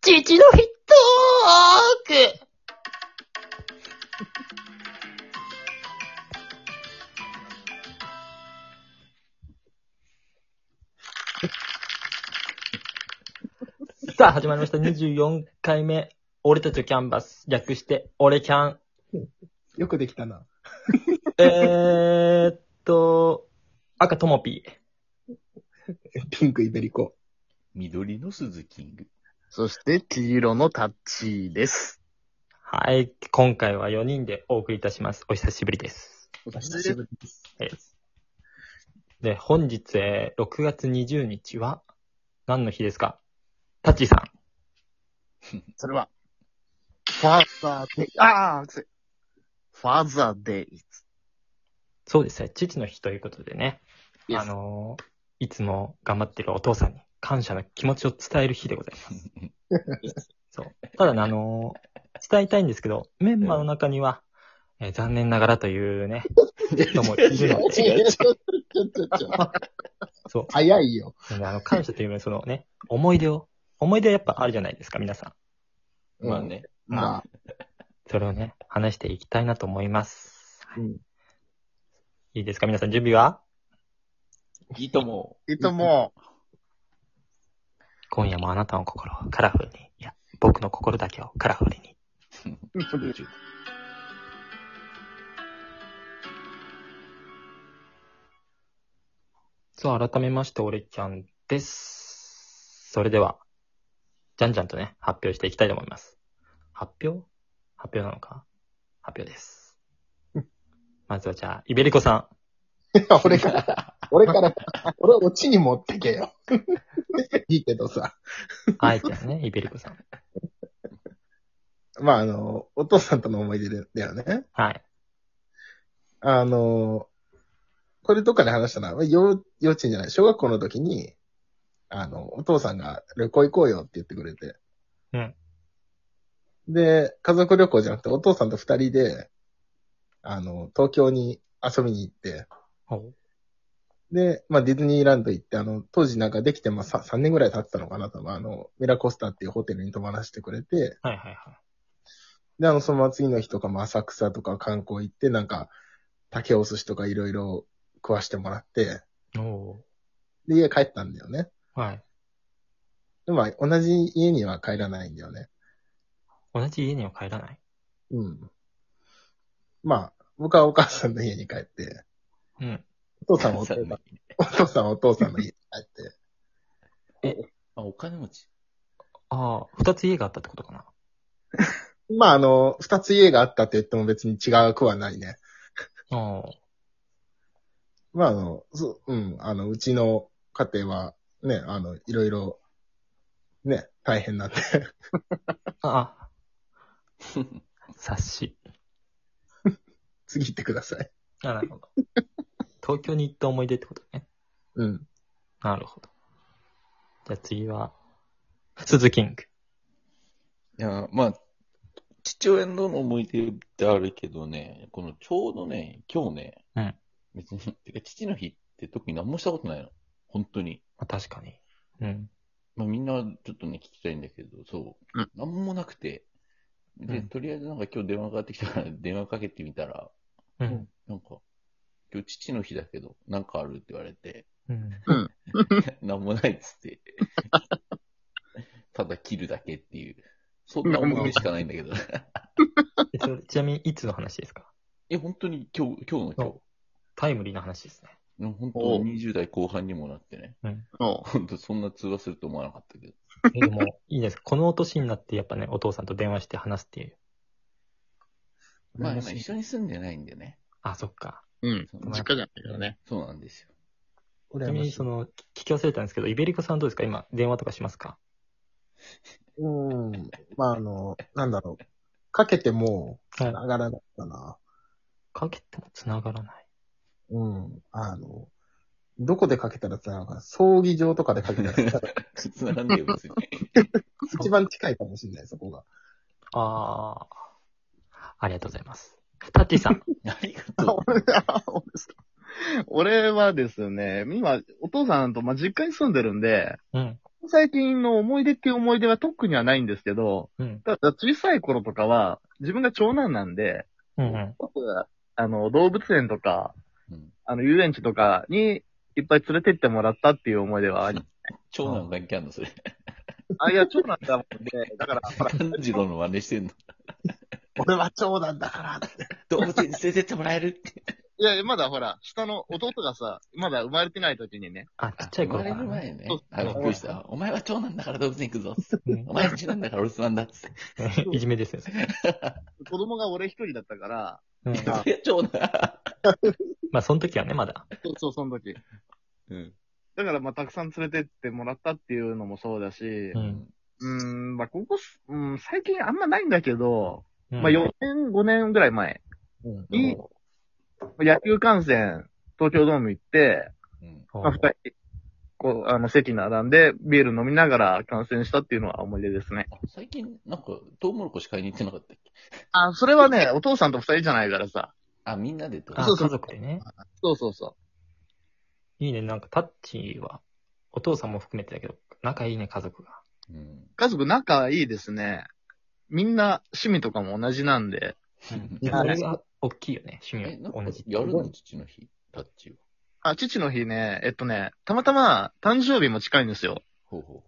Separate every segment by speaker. Speaker 1: 父の日トーク
Speaker 2: さあ、始まりました。24回目。俺たちのキャンバス。略して、俺キャン。
Speaker 3: よくできたな。
Speaker 2: えーっと、赤ともぴー。
Speaker 3: ピンクイベリコ。
Speaker 4: 緑の鈴キング。
Speaker 5: そして、黄色のタッチーです。
Speaker 2: はい。今回は4人でお送りいたします。お久しぶりです。
Speaker 3: お久しぶりです。
Speaker 2: えーで、本日、えー6月20日は、何の日ですかタッチーさん。
Speaker 5: それは、ファーザーデイ。ああ、くせ。ファーザーデイ。
Speaker 2: そうですね。父の日ということでね。
Speaker 5: Yes
Speaker 2: あのーいつも頑張ってるお父さんに感謝の気持ちを伝える日でございます。そう。ただね、あのー伝えたいんですけど、メンバーの中には、えー残念ながらというね、人もいるので、
Speaker 3: 違う違う違う
Speaker 2: そう。
Speaker 3: 早いよ。
Speaker 2: なのであの、感謝というよりそのね、思い出を、思い出はやっぱあるじゃないですか、皆さん。
Speaker 4: まあね。
Speaker 3: うん。まあ、
Speaker 2: それをね、話していきたいなと思います。
Speaker 3: うん
Speaker 2: いいですか、皆さん、準備はい
Speaker 4: いとも。
Speaker 5: えっと、も
Speaker 2: 今夜もあなたの心をカラフルに、いや、僕の心だけをカラフルに。
Speaker 5: う、
Speaker 2: さあ、改めまして、俺キャンです。それでは、じゃんじゃんとね、発表していきたいと思います。発表発表なのか発表です。まずはじゃあ、イベリコさ
Speaker 3: 俺から、俺から、俺をオチに持ってけよ。 いいけどさ。
Speaker 2: ん。あえてね、 イベリコさん。
Speaker 3: まあ、あの、お父さんとの思い出だよね。
Speaker 2: はい。
Speaker 3: あの、これどっかで話したな。幼幼稚園じゃない、小学校の時に、あの、お父さんが旅行行こうよって言ってくれて。
Speaker 2: うん。
Speaker 3: で、家族旅行じゃなくて、お父さんと二人で、あの、東京に遊びに行って、
Speaker 2: ほう
Speaker 3: で、まあ、ディズニーランド行って、あの、当時なんかできて、まあ、さ3年ぐらい経ってたのかな、多分、あの、ミラコスタっていうホテルに泊まらせてくれて、
Speaker 2: はいはいはい。
Speaker 3: で、あの、その次の日とかも浅草とか観光行って、なんか、竹お寿司とかいろいろ食わしてもらって、
Speaker 2: お
Speaker 3: で、家帰ったんだよね。
Speaker 2: ーはい。
Speaker 3: でも、同じ家には帰らないんだよね。
Speaker 2: 同じ家には帰らない。
Speaker 3: うん。まあ、僕はお母さんの家に帰って、
Speaker 2: うん。
Speaker 3: お父さんはお父 さん、お父さんはお父さんの家に帰って、
Speaker 4: あ、お金持ち。
Speaker 2: ああ、二つ家があったってことかな。
Speaker 3: まあ、あの、二つ家があったって言っても別に違うくはないね。
Speaker 2: おー
Speaker 3: まあ、あの、そう、うん、あの、うちの家庭は、ね、あの、いろいろ、ね、大変なんで。
Speaker 2: あ、 あ察し。
Speaker 3: 次行ってください。
Speaker 2: あ、なるほど。 東京に行った思い出ってことね。
Speaker 3: うん。
Speaker 2: なるほど。じゃあ次は、鈴キング。
Speaker 4: いや、まあ、父親との思い出ってあるけどね、このちょうどね、今日ね、
Speaker 2: うん
Speaker 4: 別に、てか父の日って特に何もしたことないの。本当に。
Speaker 2: まあ、確かに。うん。
Speaker 4: まあみんなちょっとね、聞きたいんだけど、そう。
Speaker 5: うん
Speaker 4: 何もなくて。で、
Speaker 2: うん
Speaker 4: とりあえずなんか今日電話かかってきたから、電話かけてみたら、
Speaker 2: うん。
Speaker 4: なんか、今日父の日だけど、なんかあるって言われて、
Speaker 2: うん。
Speaker 4: なんもないっつって。 ただ切るだけっていう。そんな思い出しかないんだけど。
Speaker 2: えそれちなみに、いつの話です か
Speaker 4: え、本当に今日、今日の今
Speaker 2: タイムリーな話ですね。
Speaker 4: 日。うん本
Speaker 5: お
Speaker 4: 当
Speaker 5: う
Speaker 4: に20代後半にもなってね。
Speaker 5: も
Speaker 4: 本当そんな通話すると思わなかったけど。
Speaker 2: えでも、いいですかこの年になって、やっぱね、お父さんと電話して話すっていう。
Speaker 4: まあ
Speaker 3: 羨ま
Speaker 4: 今
Speaker 3: しい
Speaker 4: 一緒に住んでないんでね。
Speaker 2: あ、そっか。
Speaker 5: う、うん、
Speaker 4: そう
Speaker 5: 実家じゃないけどね。
Speaker 4: そうなんですよ。
Speaker 2: ちなみに、その、聞き忘れたんですけど、イベリコさんどうですか今、電話とかしますか
Speaker 3: うーん。まあ、あの、なんだろう。かけても、
Speaker 2: は
Speaker 3: 上。がらなかったな。
Speaker 2: かけても繋がらない。
Speaker 3: うん。あの、どこでかけたらつながるか、葬儀場とかでかけ たら、
Speaker 4: 繋がんねえよ、別に。
Speaker 3: 一番近いかもしれない、そこが。
Speaker 2: ああ。ありがとうございます。タッチーさん。
Speaker 4: ありが
Speaker 5: あ
Speaker 4: とう。
Speaker 5: 俺あ 俺ですか俺はですね、今、お父さんと、まあ、実家に住んでるんで、
Speaker 2: うん。
Speaker 5: お父最近の思い出っていう思い出は特にはないんですけど、
Speaker 2: うん。
Speaker 5: ただ小さい頃とかは、自分が長男なんで、
Speaker 2: うんうん。
Speaker 5: 僕はあの、動物園とか、
Speaker 4: うん
Speaker 5: あの、遊園地とかにいっぱい連れてってもらったっていう思い出はあり、
Speaker 4: 長男だけあんの、それ。
Speaker 5: あ、いや、長男だもんで、だから、ほら、
Speaker 4: 炭治郎の真似してんの。
Speaker 3: 俺は長男だか らって。
Speaker 4: 動物園に連れてってもらえるって。
Speaker 5: いや、まだほら、下の弟がさ、まだ生まれてない時にね、
Speaker 2: あ、ちっちゃい頃
Speaker 4: 生
Speaker 2: か
Speaker 4: ま
Speaker 2: ら
Speaker 4: れる
Speaker 2: ね。
Speaker 4: 前ね
Speaker 5: そう。
Speaker 4: あ、びっくりした。お前は長男だから動物園行くぞ。
Speaker 2: うん
Speaker 4: お前は次男だからお留守番だっつって。
Speaker 2: いじめですよ。それ
Speaker 5: 子供が俺一人だったから、
Speaker 2: う
Speaker 5: あ
Speaker 2: ん
Speaker 4: そりゃ 長男。
Speaker 2: まあ、その時はね、まだ。
Speaker 5: そうそう、その時。
Speaker 4: うん。
Speaker 5: だから、まあ、たくさん連れてってもらったっていうのもそうだし
Speaker 2: う、ん。
Speaker 5: うーん、まあ、ここす、うん、最近あんまないんだけど、
Speaker 2: うん
Speaker 5: まあ、4年、5年ぐらい前
Speaker 3: うん。
Speaker 5: に、野球観戦、東京ドーム行って、
Speaker 4: うん
Speaker 2: お
Speaker 5: まあ、二人、こう、あの、席並んで、ビール飲みながら観戦したっていうのは思い出ですね。
Speaker 4: あ最近、なんか、トウモロコシ買いに行ってなかったっけ
Speaker 5: あ、それはね、お父さんと二人じゃないからさ。
Speaker 4: あ、みんなでと。
Speaker 2: あ、
Speaker 5: そうそう
Speaker 2: 家族でね。
Speaker 5: そうそうそ
Speaker 2: いいね、なんかタッチは、お父さんも含めてだけど、仲いいね、家族が。
Speaker 4: うん
Speaker 5: う。。家族仲いいですね。みんな趣味とかも同じなんで。
Speaker 2: いや
Speaker 3: あ
Speaker 2: それ
Speaker 3: れ
Speaker 2: が大きいよね、趣
Speaker 4: え、
Speaker 2: 味
Speaker 4: なん
Speaker 2: は
Speaker 4: か
Speaker 2: 同じ。
Speaker 4: やるの父の日、タッチを。
Speaker 5: あ、父の日ね、えっとね、たまたま誕生日も近いんですよ。
Speaker 4: ほうほうほ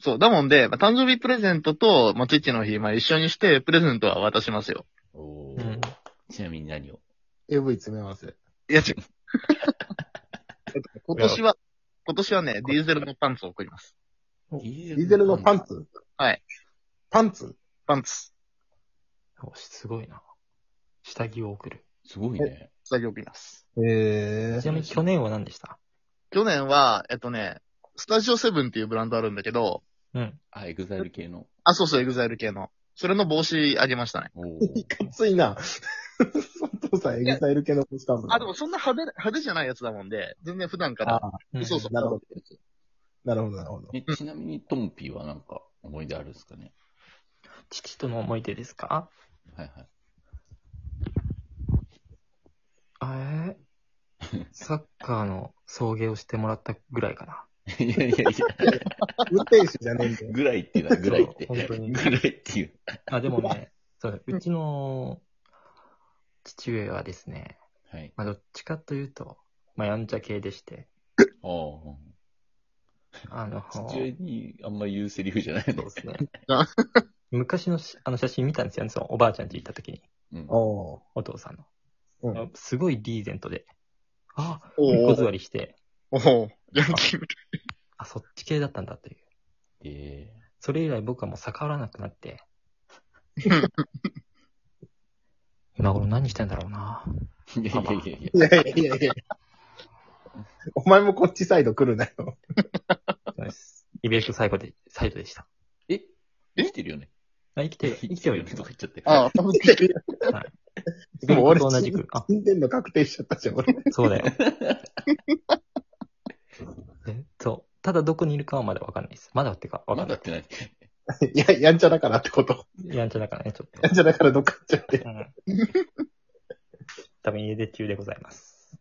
Speaker 5: そう。だもんで、まあ、誕生日プレゼントと、まあ、父の日、まあ、一緒にして、プレゼントは渡しますよ。
Speaker 4: う。お
Speaker 2: う
Speaker 4: ー
Speaker 2: ん。
Speaker 4: ちなみに何を
Speaker 3: AV 詰め合わせ。
Speaker 5: いや、 違う。今年は、今年はね、ディーゼルのパンツを送ります。
Speaker 4: ディ
Speaker 3: ディーゼルのパン
Speaker 4: ツ。
Speaker 3: ツ
Speaker 5: はい。
Speaker 3: パンツ
Speaker 5: パンツ、
Speaker 2: おすごいな。下着を送る。
Speaker 4: すごいね。
Speaker 5: 下着送ります。
Speaker 3: え
Speaker 2: ちなみに去年は何でした
Speaker 5: 去年は、えっとね、スタジオセブンっていうブランドあるんだけど、
Speaker 2: うん。
Speaker 4: あ、エグザイル系の。
Speaker 5: あ、そうそう、エグザイル系の。それの帽子あげましたね。
Speaker 4: おー
Speaker 3: かついな。 お父さん、エグザイル系のポスター
Speaker 5: あ、でもそんな派手、派手じゃないやつだもんで、全然普段から。
Speaker 3: あ
Speaker 2: ん
Speaker 5: そうそう。
Speaker 3: なるほど。なるほど、なるほど。
Speaker 4: えちなみにトンピーはなんか思い出あるんですかね
Speaker 2: 父との思い出ですか
Speaker 4: はいはい。
Speaker 2: えーサッカーの送迎をしてもらったぐらいかな。
Speaker 4: いやいやいや、
Speaker 3: 運転手じゃねえん だよ。
Speaker 4: ぐらいっていうのはぐらいって。
Speaker 2: そう本当に
Speaker 4: ぐらいっていう。
Speaker 2: あ、でもね、そう、うちの父上はですね、
Speaker 4: はい。
Speaker 2: まあ、どっちかというと、まあ、やんちゃ系でして、
Speaker 4: おー
Speaker 2: あの、
Speaker 4: 父親にあんま言うセリフじゃない
Speaker 2: そう
Speaker 4: の
Speaker 2: で。すね
Speaker 5: あ。
Speaker 2: 昔のしあの写真見たんですよね、そのおばあちゃん家行った時に、
Speaker 4: うん。
Speaker 3: おー
Speaker 2: お父さんの。
Speaker 3: うん
Speaker 2: あすごいリーゼントで、あ、
Speaker 5: おー
Speaker 2: 横座りして、
Speaker 5: おおヤンキーみたい
Speaker 2: あ、そっち系だったんだという。
Speaker 4: え
Speaker 2: それ以来僕はもう逆らわなくなって、今頃何してんだろうな。
Speaker 4: ーいやいやいやいや。
Speaker 3: いやいやいやいや。お前もこっちサイド来る なよ。
Speaker 2: そうですイベント最後で、サイドでした。
Speaker 4: え生きてるよね
Speaker 2: あ、生きてる、生きてるよ。
Speaker 4: とか言っちゃって。
Speaker 5: な。ああ、
Speaker 3: でも俺、
Speaker 2: と同じく。あ、
Speaker 3: 死んでんの確定しちゃったじゃん、俺。
Speaker 2: そうだよ。 えそう。ただどこにいるかはまだわかんないです。まだってか、わか
Speaker 4: ま
Speaker 2: んな
Speaker 4: だ
Speaker 2: い
Speaker 4: っ。てない。
Speaker 3: いや、やんちゃだからってこと。
Speaker 2: やんちゃだからね、ちょっと
Speaker 3: や。んちゃだからどっか行っちゃって。
Speaker 2: うん。多分家出中でございます。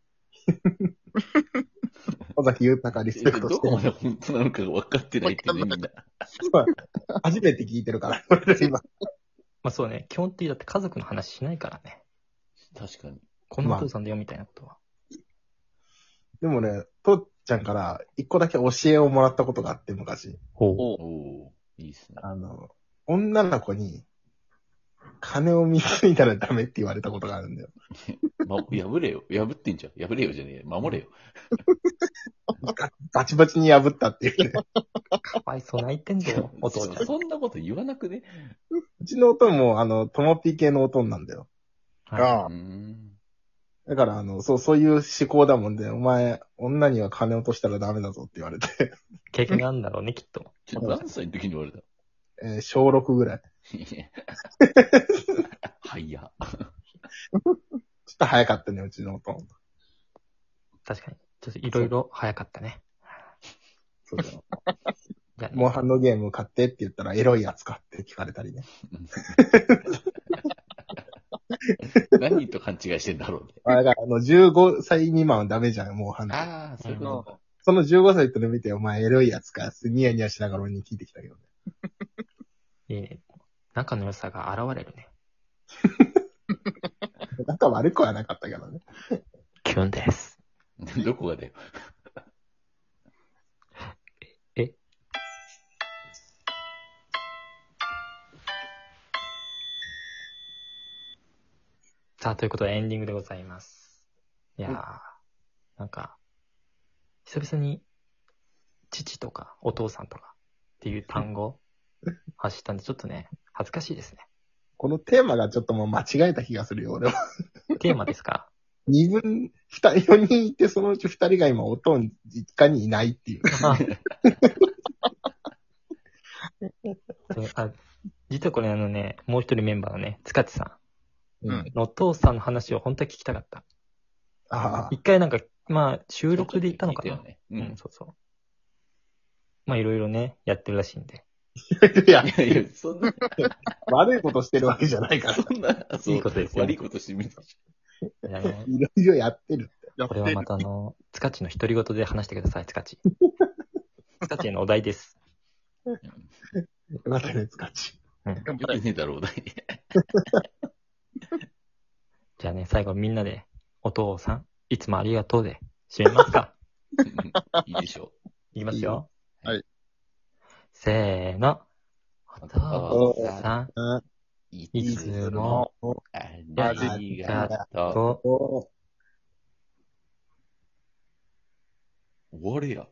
Speaker 3: 尾崎豊リスペクト
Speaker 4: ど
Speaker 3: して
Speaker 4: こまで本当なのかが分かってないってね、みんな。
Speaker 3: まあ初めて聞いてるから、俺ら今。
Speaker 2: まあそうね、基本的にだって家族の話しないからね。
Speaker 4: 確かに。
Speaker 2: このお父さんだよみたいなことは。
Speaker 3: でもね、父ちゃんから一個だけ教えをもらったことがあって、昔。
Speaker 2: ほう。
Speaker 5: お
Speaker 4: おーいいっすね。
Speaker 3: あの、女の子に、金を貢いだらダメって言われたことがあるんだよ。
Speaker 4: ま、破れよ。破ってんじゃん。破れよじゃねえよ。守れよ。
Speaker 3: バチバチに破ったっていうね。
Speaker 2: かわいそう泣いてんだよ、お父ちゃん。
Speaker 4: そんなこと言わなくね。
Speaker 3: うちの音も、あの、ともぴ系の音なんだよ。
Speaker 2: はい
Speaker 4: ーん。
Speaker 3: だから、あの、そう、そういう思考だもんで、お前、女には金落としたらダメだぞって言われて、
Speaker 2: 経験があるんだろうね、きっと。
Speaker 4: ちょっと何歳の時に言われた
Speaker 3: えー小6ぐらい。
Speaker 4: いや はいや。
Speaker 3: ちょっと早かったね、うちの音。
Speaker 2: 確かに。ちょっといろいろ早かったね。
Speaker 3: そうだ よ。
Speaker 2: じゃあね
Speaker 3: モンハンのゲーム買ってって言ったら、エロいやつかって聞かれたりね。
Speaker 4: 何と勘違いしてんだろうね。
Speaker 3: あだからあの、15歳未満はダメじゃん、モンハンって。
Speaker 4: ああ、そういうこ
Speaker 3: その15歳っての見て、お前エロいやつか、ニヤニヤしながら俺に聞いてきたけどね。
Speaker 2: いいね。仲の良さが現れるね。
Speaker 3: なんか悪くはなかったけどね。
Speaker 2: キュンです。
Speaker 4: どこがだよ。
Speaker 2: えさあ、ということでエンディングでございます。いやー、なんか、久々に、父とかお父さんとかっていう単語、発したんで、ちょっとね、恥ずかしいですね。
Speaker 3: このテーマがちょっともう間違えた気がするよ、俺は。
Speaker 2: テーマですか
Speaker 3: 二分、二人、四人いて、そのうち二人が今、おとん一家にいないっていう。
Speaker 2: あそうあ実はこれあのね、もう一人メンバーのね、塚地さ
Speaker 5: うん
Speaker 2: んのお父さんの話を本当は聞きたかった。
Speaker 3: ああ、
Speaker 2: 一回なんか、まあ、収録で行ったのか
Speaker 4: だ
Speaker 2: な
Speaker 4: よ。ね。う
Speaker 2: うんん、。そうそう。まあ、いろいろね、やってるらしいんで。
Speaker 3: いや
Speaker 4: い、やいや、そんな、
Speaker 3: 悪いことしてるわけじゃないから。
Speaker 4: そんな、そう
Speaker 2: いいことですよ
Speaker 4: 悪いことしてみた。
Speaker 2: いやね
Speaker 3: いろいろやってる。
Speaker 5: やっ
Speaker 2: こ
Speaker 5: て
Speaker 2: れは
Speaker 5: る
Speaker 2: ま。たあの、塚地の独り言で話してください、塚地。塚地へのお題です。
Speaker 3: またね、つかち。
Speaker 4: よくねえだろうな。
Speaker 2: じゃあね、最後みんなで、お父さん、いつもありがとうで、締めますか。
Speaker 4: いいでしょ
Speaker 2: いきま
Speaker 5: い
Speaker 2: すよ。
Speaker 5: いよはい。
Speaker 2: せーの。お父さ
Speaker 3: うん
Speaker 4: う。い
Speaker 2: ん、いつも、
Speaker 4: ありがと
Speaker 2: と、
Speaker 3: おー
Speaker 4: う。終わりや。